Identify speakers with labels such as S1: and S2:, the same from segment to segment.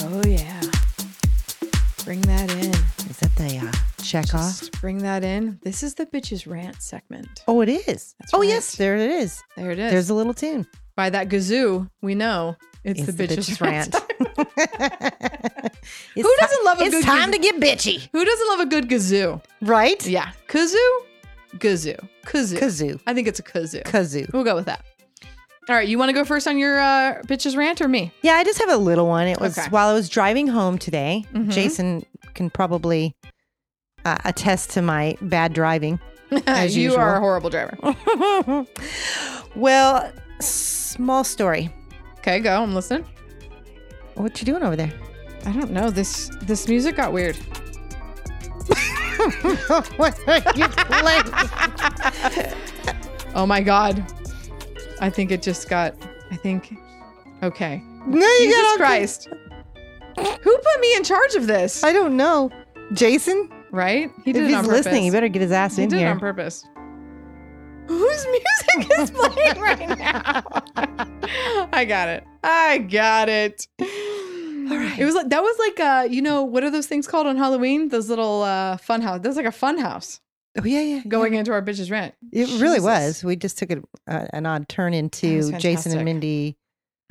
S1: Oh yeah. Bring that in.
S2: Is that the uh, Chekhov?
S1: Just bring that in. This is the bitches rant segment.
S2: Oh, it is.
S1: That's
S2: Oh,
S1: right.
S2: yes, there it is.
S1: There it is.
S2: There's a little tune.
S1: By that gazoo, we know it's, the, bitches, rant.
S2: It's
S1: Who
S2: ti-
S1: doesn't love a
S2: It's
S1: good
S2: time
S1: gaz-
S2: to get bitchy,
S1: Who doesn't love a good kazoo?
S2: right?
S1: Yeah, kazoo, kazoo, kazoo.
S2: Kazoo,
S1: I think it's a kazoo.
S2: kazoo.
S1: we'll go with that. All right, you want to go first on your uh, bitches rant or me?
S2: Yeah, I just have a little one. It was
S1: Okay.
S2: while I was driving home today.
S1: Mhm.
S2: Jason can probably uh, attest to my bad driving. As
S1: you
S2: usual.
S1: are a horrible driver.
S2: well, small story.
S1: Okay, go. I'm listening.
S2: What you doing over there?
S1: I don't know. This this music got weird.
S2: what are you playing?
S1: Oh my god. I think it just got. I think. Okay.
S2: No, you got
S1: Jesus
S2: all-
S1: Christ. Who put me in charge of this?
S2: I don't know. Jason,
S1: Right? He
S2: if
S1: it
S2: he's
S1: on purpose.
S2: listening, you better get his ass
S1: He
S2: in
S1: did it
S2: here.
S1: on purpose. Whose music is playing right now? I got it. I got it. All
S2: right.
S1: It was like that was like uh, you know, what are those things called on Halloween? Those little uh fun house. That's like a fun house
S2: Oh yeah, yeah.
S1: going into our bitch's rent.
S2: It really
S1: Jesus.
S2: was. We just took a, uh, an odd turn
S1: was
S2: into Jason
S1: fantastic.
S2: and Mindy.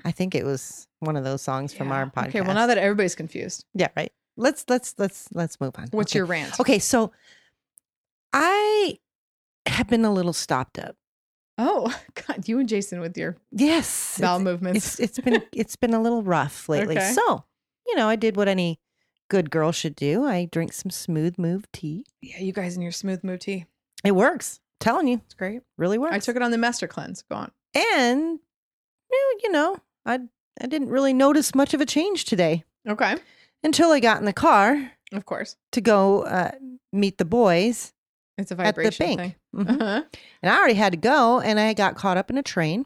S2: I think it was one of those songs from our
S1: Yeah.
S2: podcast.
S1: Okay, well now that everybody's confused.
S2: yeah, right. Let's let's let's let's move on.
S1: What's
S2: Okay.
S1: your rant?
S2: okay? So I have been a little stopped up.
S1: Oh God, you and Jason with your
S2: Yes,
S1: bowel
S2: it's-
S1: movements.
S2: it's it's been it's been a little rough lately.
S1: Okay.
S2: So you know, I did what any good girl should do. I drink some smooth move tea.
S1: yeah, you guys and your smooth moo tea.
S2: It works. telling you,
S1: It's great.
S2: really works.
S1: I took it on the master cleanse. Go on.
S2: and well, you know, I I didn't really notice much of a change today
S1: Okay.
S2: until I got in the car
S1: Of course.
S2: to go uh, meet the boys
S1: It's a
S2: at the
S1: vibration
S2: bank,
S1: thing.
S2: Mhm.
S1: Uh-huh.
S2: and I already had to go, and I got caught up in a train.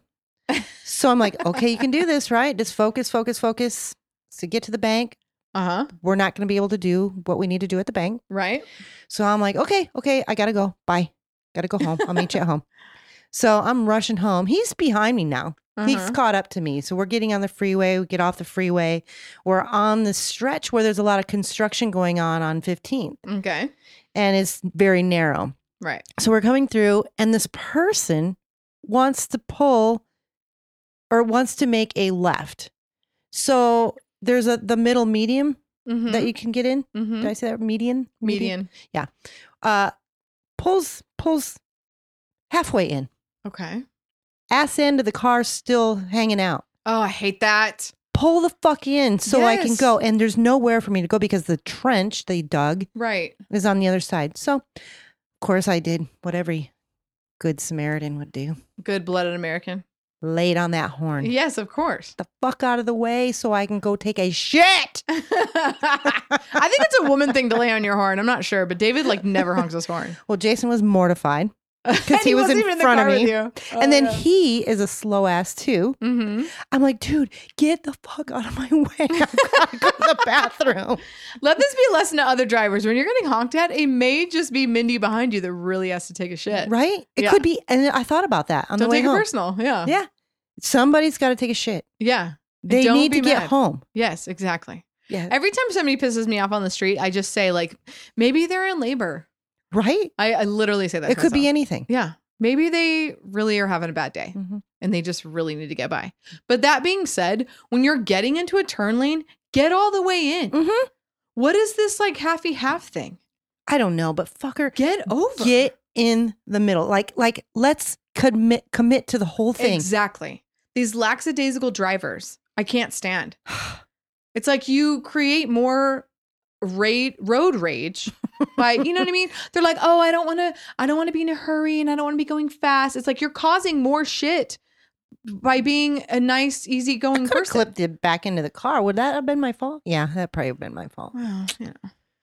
S2: so I'm like, okay, you can do this, right? Just focus, focus, focus. So get to the bank.
S1: Uh-huh.
S2: We're not going to be able to do what we need to do at the bank.
S1: Right?
S2: So I'm like, okay, okay, I gotta go. Bye. Gotta go home. I'll meet you at home. So I'm rushing home. He's behind me now. He's
S1: Uh-huh.
S2: caught up to me. So we're getting on the freeway. We get off the freeway. We're on the stretch where there's a lot of construction going on on 15th
S1: Okay.
S2: and it's very narrow.
S1: Right.
S2: So we're coming through, and this person wants to pull or wants to make a left. So there's a the middle medium
S1: Mm-hmm.
S2: that you can get in. Did I say that? Median?
S1: Median.
S2: uh, pulls pulls halfway in,
S1: Okay.
S2: ass end of the car still hanging out.
S1: Oh, I hate that.
S2: Pull the fuck in so I can
S1: Yes.
S2: go, and there's nowhere for me to go because the trench they dug
S1: Right.
S2: is on the other side. So, of course, I did what every good Samaritan would do:
S1: Good blooded American.
S2: laid on that horn.
S1: Yes, of course.
S2: The fuck out of the way so I can go take a shit.
S1: I think it's a woman thing to lay on your horn. I'm not sure, but David like never honks his horn.
S2: Well, Jason was mortified,
S1: Because
S2: he was in front of me.
S1: you.
S2: and then he is a slow ass too.
S1: hmm
S2: I'm like, dude, get the fuck out of my way. I've got to go to the bathroom.
S1: Mm-hmm. Let this be a lesson to other drivers. When you're getting honked at, it may just be Mindy behind you that really has to take a shit.
S2: Right? It
S1: Yeah.
S2: could be. And I thought about that on
S1: Don't
S2: the way
S1: take
S2: home.
S1: it personal. Yeah.
S2: Yeah. Somebody's got to take a shit.
S1: Yeah.
S2: They
S1: Don't
S2: need
S1: be
S2: to get
S1: mad.
S2: home.
S1: Yes, exactly.
S2: Yeah.
S1: Every time somebody pisses me off on the street, I just say like, maybe they're in labor.
S2: Right?
S1: I, I literally say that.
S2: it
S1: to
S2: could be
S1: myself.
S2: anything.
S1: Yeah. Maybe they really are having a bad day
S2: Mhm.
S1: and they just really need to get by. But that being said, when you're getting into a turn lane, get all the way in.
S2: Mhm.
S1: What is this like halfy half thing?
S2: I don't know, but fucker,
S1: Get over.
S2: get in the middle. Like, like let's commit commit to the whole thing.
S1: Exactly. These lackadaisical drivers, I can't stand. It's like you create more ra- road rage by, you know what I mean? They're like, oh, I don't want to, I don't want to be in a hurry and I don't want to be going fast. It's like you're causing more shit by being a nice, easygoing
S2: Could have
S1: person.
S2: clipped it back into the car. Would that have been my fault? Yeah, that probably would have been my fault.
S1: Well, yeah.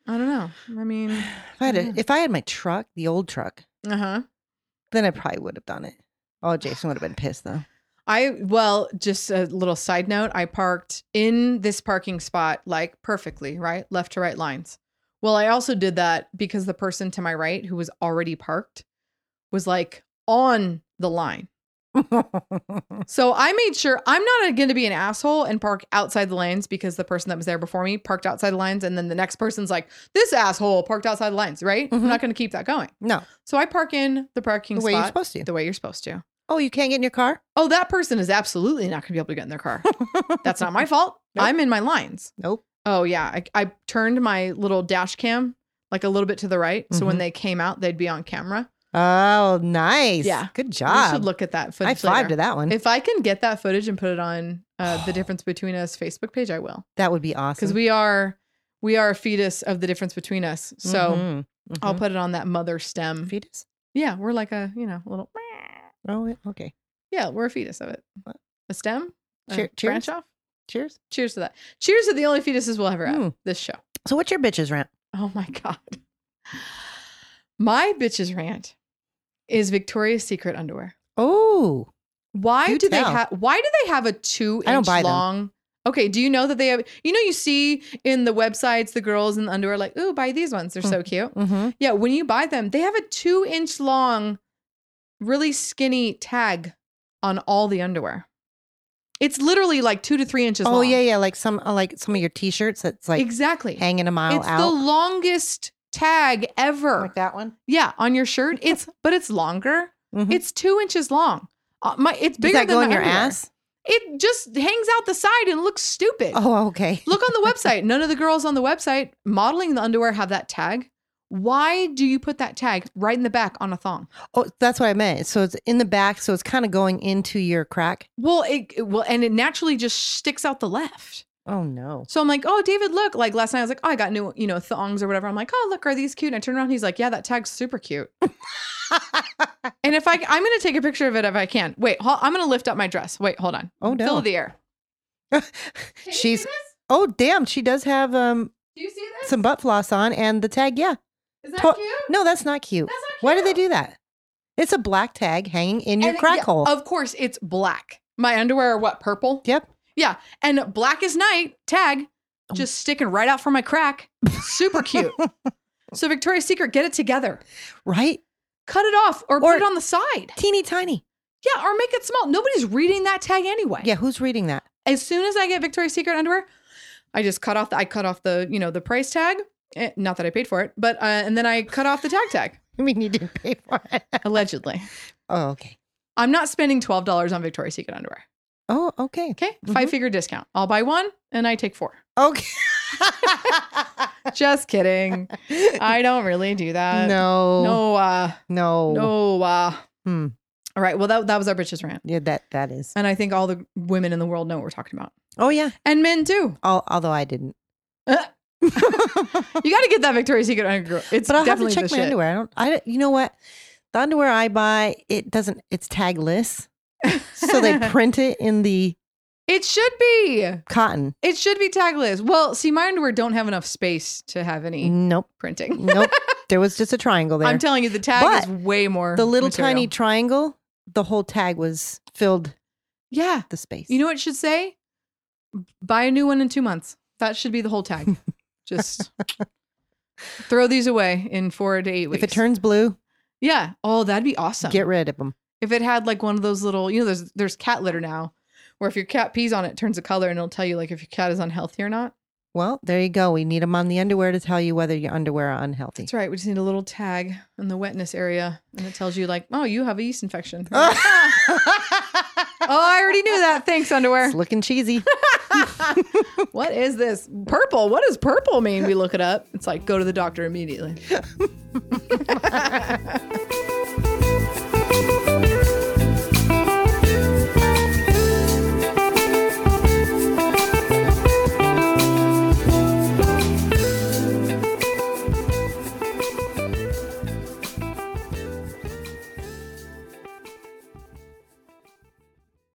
S1: I don't know. I mean,
S2: If I had, a,
S1: Mm, Yeah.
S2: if I had my truck, the old truck,
S1: uh huh.
S2: then I probably would have done it. Oh, Jason would have been pissed though.
S1: I, well, just a little side note. I parked in this parking spot like perfectly, right? Left to right lines. Well, I also did that because the person to my right who was already parked was like on the line. So I made sure I'm not going to be an asshole and park outside the lanes because the person that was there before me parked outside the lanes. And then the next person's like, this asshole parked outside the lanes, right?
S2: Mhm.
S1: I'm not going to keep that going.
S2: no,
S1: So I park in the parking
S2: the way you're
S1: spot
S2: supposed to.
S1: the way you're supposed to.
S2: Oh, you can't get in your car?
S1: Oh, that person is absolutely not going to be able to get in their car. That's not my fault.
S2: Nope.
S1: I'm in my lines.
S2: Nope.
S1: Oh, yeah. I, I turned my little dash cam like a little bit to the right. So
S2: Mm-hmm.
S1: when they came out, they'd be on camera.
S2: Oh, nice.
S1: Yeah.
S2: Good
S1: I
S2: job.
S1: should look at that
S2: I
S1: footage.
S2: five
S1: later.
S2: to that one.
S1: If I can get that footage and put it on uh, the difference between us Facebook page, I will
S2: that would be awesome.
S1: because we are we are a fetus of the difference between us. So
S2: Mhm.
S1: I'll
S2: Mhm.
S1: put it on that mother stem.
S2: fetus.
S1: Yeah, we're like a you know a little
S2: Oh, yeah, okay.
S1: yeah we're a fetus of it.
S2: What?
S1: A stem A
S2: Cheer-
S1: branch
S2: cheers?
S1: off.
S2: Cheers.
S1: Cheers to that. Cheers to the only fetuses we'll ever have.
S2: Mm.
S1: This show.
S2: So, what's your bitches rant?
S1: Oh my god. My bitches rant is Victoria's Secret underwear.
S2: Oh,
S1: Why
S2: Do
S1: do they
S2: tell.
S1: have? Why do they have a two
S2: I don't
S1: inch
S2: buy them.
S1: long? Okay, do you know that they have? You know, you see in the websites the girls in the underwear like, "Ooh, buy these ones. They're so cute."
S2: mm-hmm.
S1: Yeah, when you buy them, they have a two inch long, really skinny tag on all the underwear. It's literally like two to three inches.
S2: oh
S1: long.
S2: yeah, yeah. Like some, uh, like some of your T-shirts that's like
S1: exactly.
S2: hanging a mile
S1: It's
S2: out,
S1: the longest tag ever.
S2: like that one.
S1: Yeah, on your shirt. It's but it's longer.
S2: Mhm.
S1: It's two inches long. Uh, my it's
S2: Does
S1: bigger
S2: that go
S1: than
S2: on
S1: my
S2: your
S1: underwear.
S2: ass?
S1: It just hangs out the side and looks stupid.
S2: Oh, okay.
S1: Look on the website. None of the girls on the website modeling the underwear have that tag. Why do you put that tag right in the back on a thong?
S2: Oh, that's what I meant. So it's in the back, so it's kind of going into your crack.
S1: Well, it, it- well, and it naturally just sticks out the left.
S2: Oh no.
S1: So I'm like, oh, David, look. Like last night, I was like, oh, I got new, you know, thongs or whatever. I'm like, oh, look, are these cute? And I turn around, he's like, yeah, that tag's super cute. And if I, I'm gonna take a picture of it if I can. Wait, hol- I'm gonna lift up my dress. Wait, hold on.
S2: Oh, no.
S1: Fill the air. you see
S2: She's-
S1: this?
S2: oh damn, she does have um
S1: Do you see this?
S2: some butt floss on and the tag. Yeah.
S1: Is that
S2: to-
S1: cute?
S2: No, that's not cute.
S1: That's not
S2: Why do they
S1: cute.
S2: do that? It's a black tag hanging in your
S1: And, uh,
S2: crack
S1: yeah,
S2: hole.
S1: Of course, it's black. My underwear are what purple.
S2: yep.
S1: And black as night tag, just sticking right out from my crack. Super cute. so Victoria's Secret, get it together.
S2: Right.
S1: Cut it off or,
S2: Or-
S1: put it on the side.
S2: Teeny tiny.
S1: Yeah, or make it small. Nobody's reading that tag anyway.
S2: Yeah. Who's reading that?
S1: As soon as I get Victoria's Secret underwear, I just cut off the I cut off the you know the price tag. Eh, Not that I paid for it, but uh, and then I cut off the tag tag
S2: I mean, you didn't pay for it.
S1: allegedly.
S2: Oh, okay.
S1: I'm not spending twelve dollars on Victoria's Secret underwear.
S2: Oh, okay.
S1: Okay,
S2: Mhm.
S1: five figure discount. I'll buy one and I take four.
S2: Okay.
S1: Just kidding. I don't really do that.
S2: no.
S1: No, uh,
S2: No.
S1: no, uh.
S2: Hmm.
S1: All right. Well, that, that was our bitches rant.
S2: Yeah, that that is.
S1: And I think all the women in the world know what we're talking about.
S2: Oh yeah.
S1: And men do.
S2: Al- although I didn't.
S1: Uh.
S2: but
S1: You got to get that Victoria's Secret underwear. It's
S2: I'll have to
S1: definitely
S2: check my
S1: the shit.
S2: underwear. I don't. I don't- you know what? The underwear I buy, it doesn't. It's tagless, so they print it in the
S1: It should be.
S2: cotton.
S1: It should be tagless. Well, see, my underwear don't have enough space to have any
S2: Nope.
S1: printing.
S2: Nope. there was just a triangle Mm. there.
S1: I'm telling you, the tag
S2: But
S1: is way more.
S2: the little
S1: material.
S2: tiny triangle. The whole tag was filled
S1: Yeah.
S2: the space.
S1: You know what it should say? Buy a new one in two months. That should be the whole tag. Just throw these away in four to eight weeks.
S2: if it turns blue,
S1: yeah. Oh, that'd be awesome.
S2: get rid of them.
S1: if it had like one of those little, you know, there's there's cat litter now, where if your cat pees on it, it turns a color and it'll tell you like if your cat is unhealthy or not.
S2: Well, there you go. We need them on the underwear to tell you whether your underwear are unhealthy.
S1: That's right. We just need a little tag in the wetness area, and it tells you like, oh, you have a yeast infection. oh, I already knew that. Thanks, underwear.
S2: It's looking cheesy.
S1: what is this purple? What does purple mean? We look it up. It's like go to the doctor immediately.